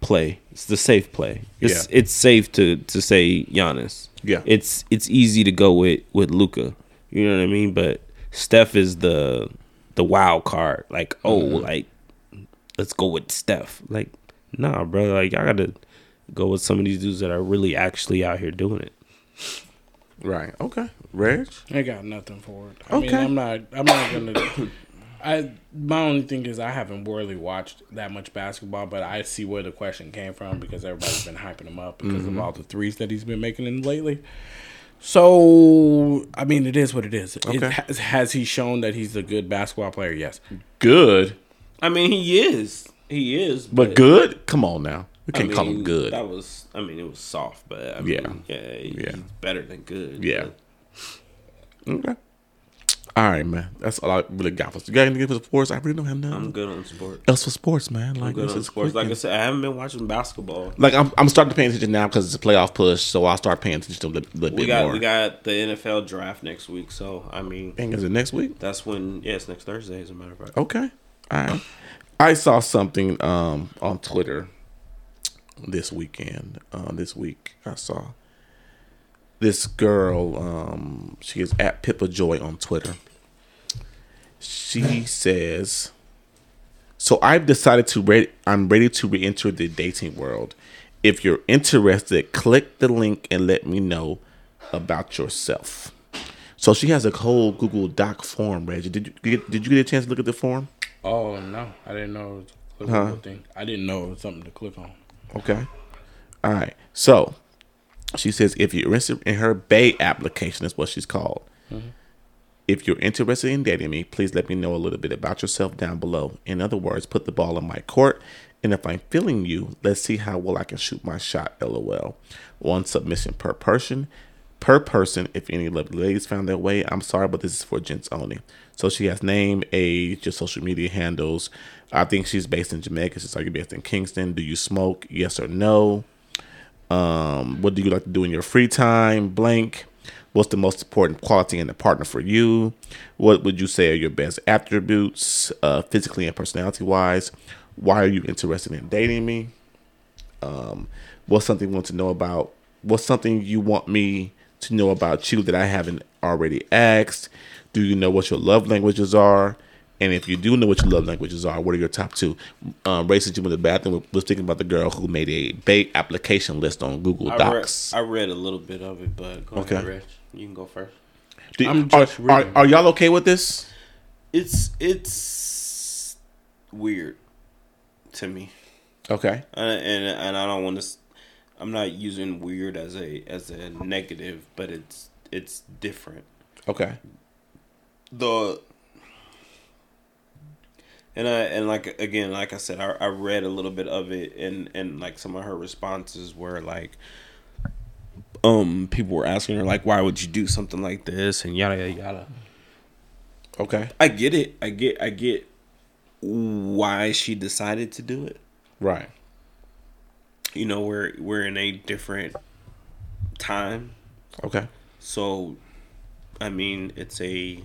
F: play. It's the safe play. It's
A: Yeah.
F: it's safe to to say Giannis.
A: Yeah.
F: It's it's easy to go with with Luca. You know what I mean? But Steph is the the wild card. Like, oh,
A: Mm-hmm.
F: like let's go with Steph. Like, nah, bro. Like, I gotta go with some of these dudes that are really actually out here doing it.
A: Right. Okay. Reg.
B: I got nothing for it. I mean,
A: Okay.
B: I'm not. I'm not gonna. I my only thing is I haven't really watched that much basketball, but I see where the question came from because everybody's been hyping him up because of all the threes that he's been making in lately. So I mean, it is what it is. It
A: Okay.
B: has, has he shown that he's a good basketball player? Yes.
A: Good.
F: I mean, he is. He is.
A: But good? Come on now. We can't call him good.
F: That was. I mean, it was soft, but I mean,
A: Yeah.
F: yeah, yeah, he's
A: Yeah.
F: better than good.
A: Yeah. Okay. All right, man. That's all I really got for you. Got anything for sports? I really don't have
F: I'm
A: nothing
F: good on sports.
A: else for sports, man. Like
F: Good
A: this
F: on
A: is
F: sports. Like I
A: quick.
F: said, I haven't been watching basketball.
A: Like I'm, I'm starting to pay attention now because it's a playoff push, so I'll start paying attention to a little, little
F: We
A: bit
F: got
A: more.
F: we got the NFL draft next week, so I mean,
A: I think it's next week.
F: that's when. Yeah, it's next Thursday, as a matter of fact.
A: Okay. All right. I saw something um, on Twitter this weekend. Uh, this week, I saw this girl. Um, she is at Pippa Joy on Twitter. She says, "So I've decided to. Re- I'm ready to re-enter the dating world. If you're interested, click the link and let me know about yourself." So she has a whole Google Doc form, Reggie. Did you get, did you get a chance to look at the form?
B: Oh no, I didn't know. It was a
A: Huh?
B: clickable thing. I didn't know it was something to click on.
A: Okay. All right. So she says if you're interested in her Bay application, is what she's called. If you're interested in dating me, please let me know a little bit about yourself down below. In other words, put the ball in my court. And if I'm feeling you, let's see how well I can shoot my shot. LOL. One submission per person. Per person, if any lovely ladies found their way, I'm sorry, but this is for gents only. So she has name, age, your social media handles. I think she's based in Jamaica. She's like you based in Kingston. Do you smoke? Yes or no? Um, what do you like to do in your free time? Blank. What's the most important quality in a partner for you? What would you say are your best attributes, uh, physically and personality wise? Why are you interested in dating me? Um, what's something you want to know about? What's something you want me to know about you that I haven't already asked? Do you know what your love languages are? And if you do know what your love languages are, what are your top two? Um, Ray, since you went to the bathroom, was thinking about the girl who made a bait application list on Google
F: I read,
A: Docs.
F: I read a little bit of it, but go
A: Okay.
F: ahead, Rich. You can go first.
A: Do-
B: I'm
A: are,
B: just
A: are,
B: reading.
A: are y'all okay with this?
F: It's it's weird to me.
A: Okay.
F: and and, and I don't want to. I'm not using weird as a as a negative, but it's it's different.
A: Okay.
F: The and I and like again, like I said, I, I read a little bit of it, and and like some of her responses were like, um, people were asking her like, why would you do something like this, and yada yada yada.
A: Okay.
F: I get it. I get. I get why she decided to do it.
A: Right.
F: you know we're we're in a different time
A: Okay.
F: so i mean it's a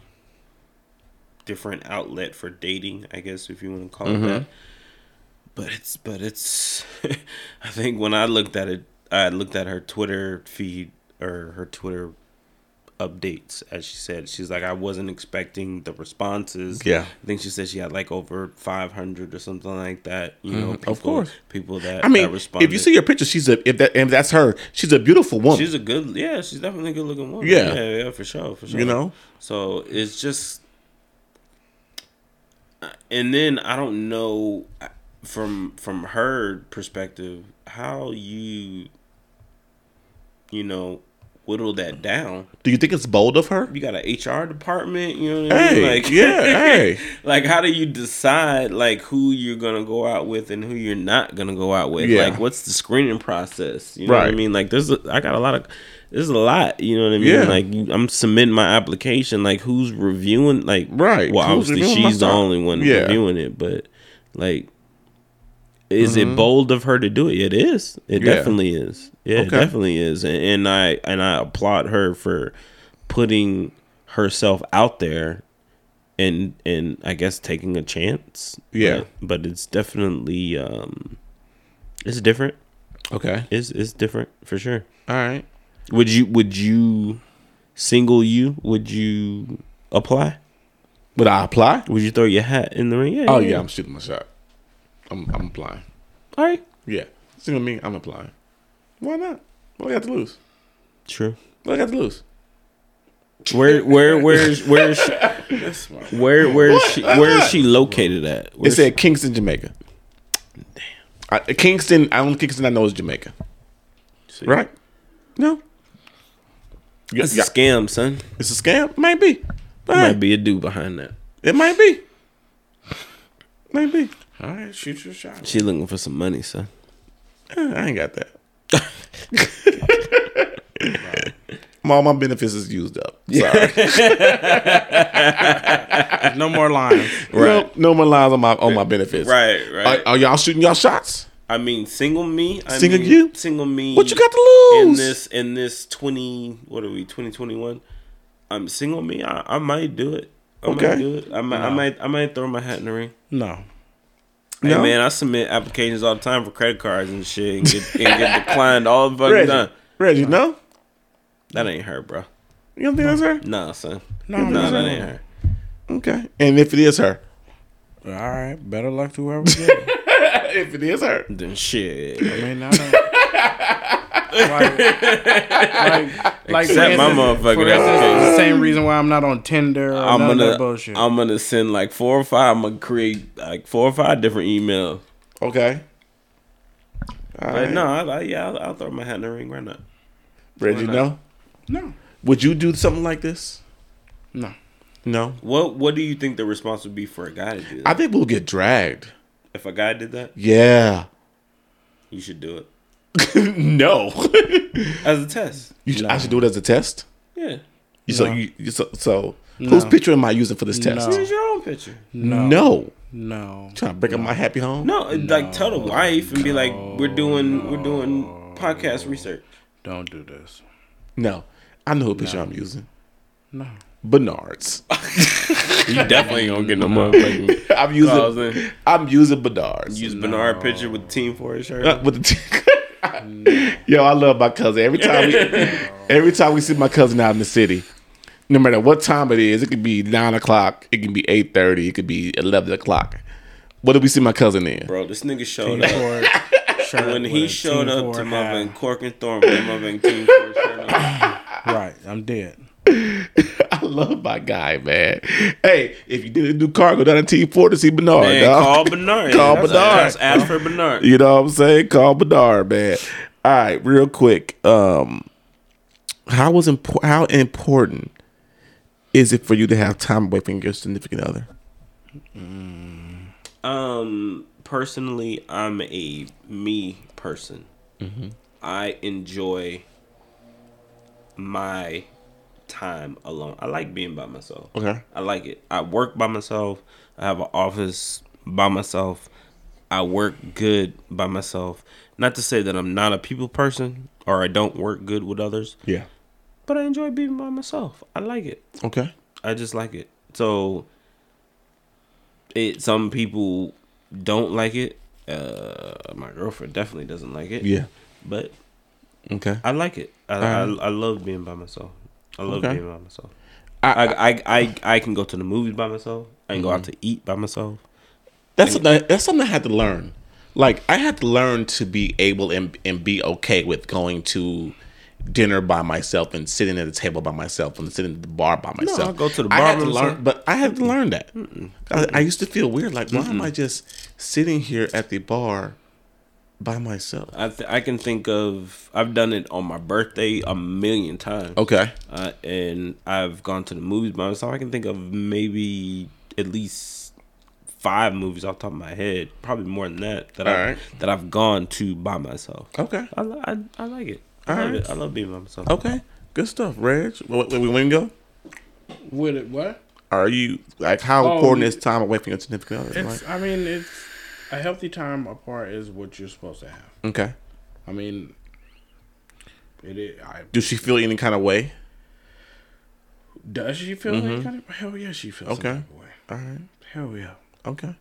F: different outlet for dating i guess if you want to call it
A: Mm-hmm.
F: that but it's but it's i think when i looked at it i looked at her twitter feed or her twitter updates as she said she's like i wasn't expecting the responses
A: Yeah.
F: i think she said she had like over 500 or something like that you know people,
A: Mm-hmm. Of course.
F: people that
A: I mean,
F: that
A: if you
F: responded.
A: see her picture, she's a if that and that's her. She's a beautiful woman.
F: She's a good, yeah. She's definitely a good looking woman.
A: Oh. Yeah.
F: yeah, yeah, for sure, for sure.
A: you know.
F: So it's just, and then I don't know from from her perspective how you, you know, whittle that down.
A: Do you think it's bold of her?
F: You got an HR department, you know what I mean?
A: Hey,
F: Like
A: yeah, hey.
F: like how do you decide like who you're gonna go out with and who you're not gonna go out with?
A: Yeah.
F: Like what's the screening process? You know what I
A: Right.
F: mean? Like there's a, I got a lot of there's a lot, you know what I mean?
A: Yeah.
F: Like you- I'm submitting my application, like who's reviewing like
A: Right.
F: Well
A: Who's
F: obviously
A: reviewing my
F: she's the
A: stuff?
F: only one
A: Yeah.
F: reviewing it, but like is it bold of her to do it? It is. It
A: Mm-hmm. Yeah.
F: definitely is. Yeah, it
A: Okay.
F: definitely is. And, and I and I applaud her for putting herself out there and and I guess taking a chance.
A: Yeah.
F: But, but it's definitely um it's different.
A: Okay.
F: It's it's different for sure.
A: All right.
F: Would you would you single you? Would you apply?
A: Would I apply?
F: Would you throw your hat in the ring? Yeah.
A: Oh yeah, I'm shooting my shot. I'm I'm applying.
F: All right.
A: Yeah. See what I mean? I'm applying. Why not? What do I got to lose?
F: True.
A: What do I got to lose?
F: Where where where's where's Where where is she where is she located at?
A: It
F: Where's
A: said Kingston, Jamaica. Damn. I, Kingston, I only Kingston I know is Jamaica. Right? No. Yeah,
F: it's
A: yeah.
F: a scam, son.
A: It's a scam? Might be.
F: There
A: Alright.
F: might be a dude behind that.
A: It might be. Might be. All right, shoot your shot.
F: She looking for some money, son.
A: Eh, I ain't got that. All my benefits is used up. Sorry.
B: No more lines.
A: right. No, no more lies on my on my benefits.
F: Right, right.
A: Are, are y'all shooting y'all shots?
F: I mean, single me. I
A: Single
F: mean,
A: you?
F: Single me.
A: What you got to lose?
F: in this in this twenty? What are we? Twenty twenty one. I'm single me. I, I might do it. I might
A: Okay.
F: do it. I might, I might I might throw my hat in the ring.
B: No.
F: Hey
A: No?
F: man, I submit applications all the time for credit cards and shit and get, and get declined all the fucking time.
A: Reggie, Reggie,
F: Uh-huh.
A: no?
F: That ain't her, bro.
A: You don't think that's her?
F: Nah, son.
B: No,
F: Nah,
B: no,
F: that
B: no.
F: ain't her.
A: Okay. And if it is her,
B: All right. Better luck to whoever did it.
A: if it is her,
F: Then shit.
B: I mean, I don't. like, like, like
F: Except
B: for
F: my
B: instance-
F: motherfucking
B: for instance,
F: application.
B: the same reason why I'm not on Tinder or
F: I'm
B: none of
F: gonna
B: that bullshit.
F: I'm gonna send like four or five. I'm gonna create like four or five different emails.
A: okay. All
F: But
A: right.
F: no, I, I, yeah, I'll, I'll throw my hat in the ring right now.
A: Reggie,
F: Why not?
A: no?
B: no,
A: Would you do something like this?
B: no.
A: No.
F: What What do you think the response would be for a guy to do that?
A: I think we'll get dragged.
F: if a guy did that,
A: Yeah.
F: you should do it
A: no.
F: as a test.
A: you should, I should do it as a test.
F: Yeah,
A: You, so,
B: No.
A: you, you- so, so whose picture am I using for this test?
B: No.
F: use your own picture.
A: No.
B: No.
A: Trying to break up my happy home?
F: No, like tell the wife and be like, we're doing we're doing podcast research.
B: Don't do this.
A: No. I know who picture I'm using.
B: No.
A: Bernard's.
F: You definitely ain't gonna get no motherfucking.
A: I'm using
F: Calls in.
A: I'm using Bernard's.
F: Use Bernard picture with Team Forest shirt.
A: Uh, with the t- Yo, I love my cousin. Every time we every time we see my cousin out in the city, no matter what time it is, it could be nine o'clock, it can be eight thirty, it could be eleven o'clock. What did we see my cousin in?
F: Bro, this nigga showed
B: Team
F: up.
B: Ford shirt
F: when
B: with
F: he
B: a
F: showed
B: Team
F: up
B: Ford
F: to
B: hat.
F: motherfucking Cork and Thornton, motherfucking Team Forest shirt on.
B: Right, I'm dead.
A: I love my guy, man. Hey, if you didn't do cargo down at T four to see Bernard,
F: Man,
A: dog.
F: call Bernard.
A: Call
F: That's-
A: Bernard.
F: that's- Ask for Bernard.
A: You know what I'm saying? Call Bernard, man. All right, real quick. Um, how was impo- how important is it for you to have time away from your significant other?
F: Um, personally, I'm a me person. I enjoy my time alone. I like being by myself.
A: Okay.
F: I like it. I work by myself. I have an office by myself. I work good by myself. Not to say that I'm not a people person or I don't work good with others,
A: Yeah.
F: but I enjoy being by myself. I like it.
A: Okay.
F: I just like it. So it some people don't like it. Uh my girlfriend definitely doesn't like it.
A: Yeah.
F: But
A: Okay.
F: I like it. I
A: Alright.
F: I, I love being by myself. I love
A: Okay.
F: being by myself. I I, I I can go to the movies by myself. I can go out to eat by myself.
A: That's something, that's something I had to learn. Like I had to learn to be able and and be okay with going to dinner by myself and sitting at the table by myself and sitting at the bar by myself.
F: I'll go to the
A: I
F: bar
A: had
F: by
A: to
F: myself.
A: learn, but I had to learn that. I, I used to feel weird, like why am I just sitting here at the bar by myself.
F: I th- I can think of I've done it on my birthday a million times.
A: Okay.
F: Uh, and I've gone to the movies by myself. I can think of maybe at least five movies off the top of my head, probably more than that that I
A: Alright.
F: that I've gone to by myself.
A: Okay.
F: I, li- I, I like it. I love
A: Alright.
F: it. I love being by myself.
A: Okay. Good stuff, Reg. Wait, wait, wait, go.
B: With it, what?
A: Are you like how
B: Oh,
F: Um,
A: important
B: we-
A: is time away from your significant other?
B: It's.
A: Like,
B: I mean, it's a healthy time apart is what you're supposed to have.
A: okay.
B: I mean, it. Is, I,
A: Does she feel any kind of way?
B: does she feel any kind of? Hell yeah, she feels.
A: Okay.
B: Mm-hmm. Okay.
A: All
B: Some type of way.
A: right.
B: Hell yeah.
A: Okay.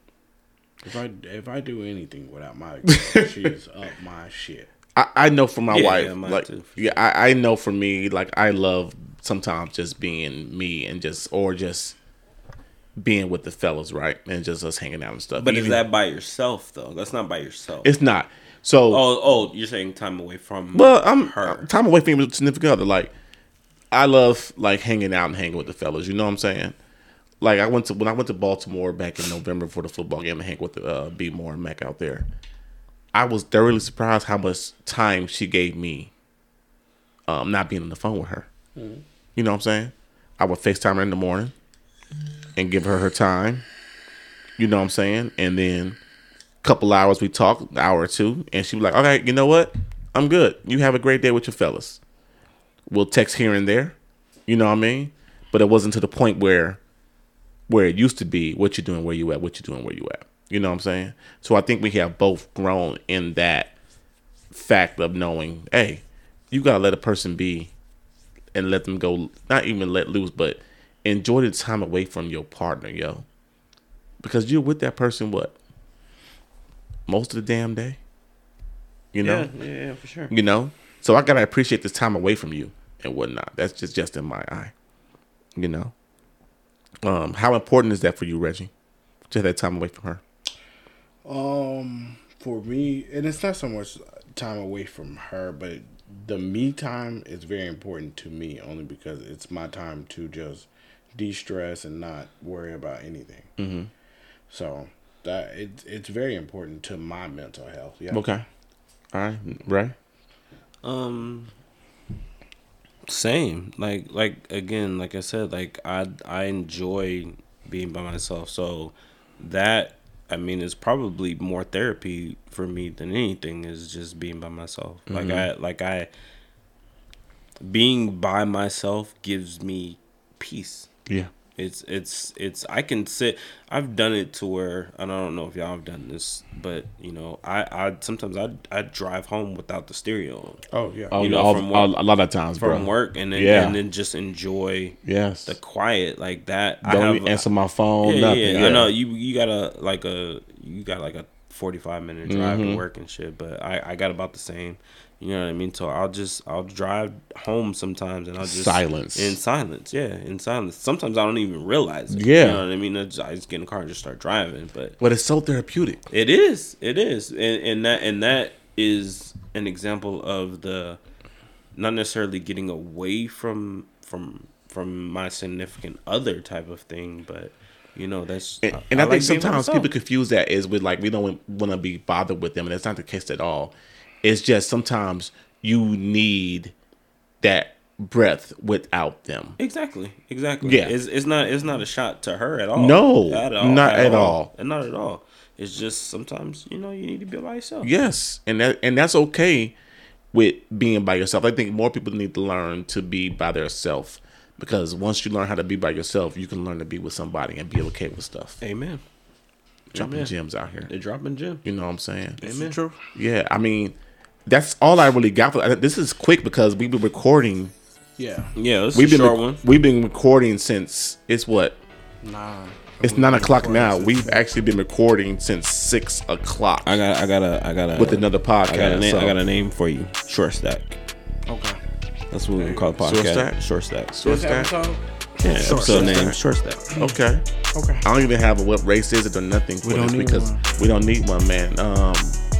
B: If I if I do anything without my, girl, she's up my shit.
A: I, I know for my
F: Yeah,
A: wife,
F: yeah, mine
A: like
F: too, for
A: yeah, I, I know for me, like I love sometimes just being me and just or just being with the fellas, right, and just us hanging out and stuff.
F: But is
A: Even-
F: that by yourself though? That's not by yourself.
A: it's not so.
F: oh oh, you're saying time away from
A: Well, I'm
F: her.
A: time away from your significant other. Like, I love like hanging out and hanging with the fellas. You know what I'm saying? Like, I went to when I went to Baltimore back in November for the football game and hang with uh, B Moore and Mac out there. I was thoroughly surprised how much time she gave me. Um, not being on the phone with her. You know what I'm saying? I would Facetime her in the morning and give her her time. You know what I'm saying? And then couple hours we talked, an hour or two, and she was like, "All right, you know what? I'm good. You have a great day with your fellas. We'll text here and there. You know what I mean? But it wasn't to the point where where it used to be. What you doing? Where you at? What you doing? Where you at? You know what I'm saying? So I think we have both grown in that fact of knowing, hey, you gotta let a person be and let them go. Not even let loose, but enjoy the time away from your partner, yo. Because you're with that person what most of the damn day. You know,
F: yeah, yeah, yeah, for sure.
A: you know. So I gotta appreciate this time away from you and whatnot. That's just just in my eye. You know. Um, how important is that for you, Reggie? To have that time away from her.
B: Um, for me, and it's not so much time away from her, but the me time is very important to me only because it's my time to just de stress and not worry about anything. Mm-hmm. So that it's it's very important to my mental health. Yeah.
A: Okay. All right, right.
F: Um same. Like like again, like I said, like I I enjoy being by myself. So that I mean is probably more therapy for me than anything is just being by myself. Like I like I being by myself gives me peace.
A: Yeah.
F: It's it's it's I can sit I've done it to where and I don't know if y'all have done this, but you know, I I sometimes I I drive home without the stereo on
B: Oh yeah.
A: Oh,
F: You know,
A: all-
F: from work-
A: all- a lot of times,
F: from
A: bro.
F: work and then
A: Yeah.
F: and then just enjoy
A: Yes.
F: the quiet like that.
A: Don't
F: have-
A: answer my phone.
F: yeah,
A: nothing.
F: yeah, I know you you got a like a you got like a forty five minute drive
A: Mm-hmm.
F: to work and shit, but I I got about the same. You know what I mean? So I'll just I'll drive home sometimes and I'll just
A: Silence.
F: in silence. Yeah, in silence. Sometimes I don't even realize it.
A: Yeah.
F: you know what I mean. I just, I just get in the car and just start driving, but
A: But it's so therapeutic.
F: it is. It is. And, and that and that is an example of the not necessarily getting away from from from my significant other type of thing, but you know, that's
A: And, and I, think
F: like being by
A: sometimes
F: myself.
A: people confuse that is with like we don't want to be bothered with them, and that's not the case at all. It's just sometimes you need that breath without them.
F: Exactly. Exactly.
A: Yeah.
F: It's, it's not it's not a shot to her at all.
A: No, not at all.
F: And not at all. It's just sometimes, you know, you need to be by yourself.
A: Yes, and that and that's okay with being by yourself. I think more people need to learn to be by themselves because once you learn how to be by yourself, you can learn to be with somebody and be okay with stuff.
F: Amen.
A: Dropping
F: Amen.
A: gems out here.
F: They're dropping gym.
A: You know what I'm saying?
B: Uh,
F: Amen.
A: Yeah, I mean, that's all I really got for I- this. Is quick because we've been recording.
B: yeah.
F: Yeah, this is
A: We've
F: a
A: been
F: short
A: rec-
F: one.
A: we've been recording since it's what
B: Nah.
A: it's nine o'clock now. We've actually been recording since six o'clock
F: I got I got a I got a
A: with another podcast.
F: I got a name
A: so-
F: I got a name for you. Short stack.
B: Okay.
F: That's what we gonna call the podcast.
A: Short Stack?
F: Short stack.
A: So it's
B: This
A: that-
B: episode.
F: Yeah,
A: Short
F: episode
A: Stack.
F: name short stack.
A: Okay.
B: Okay.
A: I don't even have a what race is it or nothing for
B: don't
A: this
B: need
A: because
B: one.
A: we don't need one, man. Um,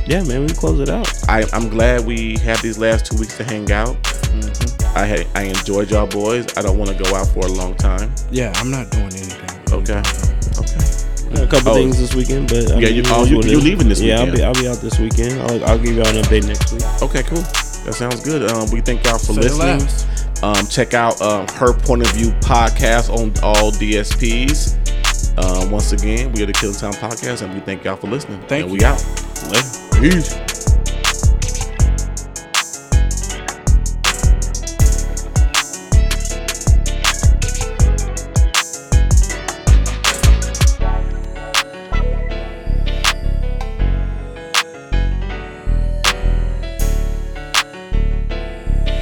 F: Yeah, man, we close it out.
A: I, I'm glad we had these last two weeks to hang out.
B: Mm-hmm.
A: I had, I enjoyed y'all boys. I don't want to go out for a long time.
B: Yeah, I'm not doing anything.
A: Okay. Okay.
F: a couple
A: Oh.
F: things this weekend, but I
A: Yeah, you- oh,
F: it's
A: you-
F: what it
A: you
F: is.
A: leaving this
F: yeah,
A: weekend.
F: I'll be I'll be out this weekend. I'll, I'll give y'all an update next week.
A: Okay, cool. That sounds good. Um, we thank y'all for
B: Say
A: listening.
B: less.
A: Um, check out um, her point of view podcast on all DSPs. Um, once again, we are the Kill Time Podcast, and we thank y'all for listening.
B: Thank
A: and
B: you.
A: We out. Peace.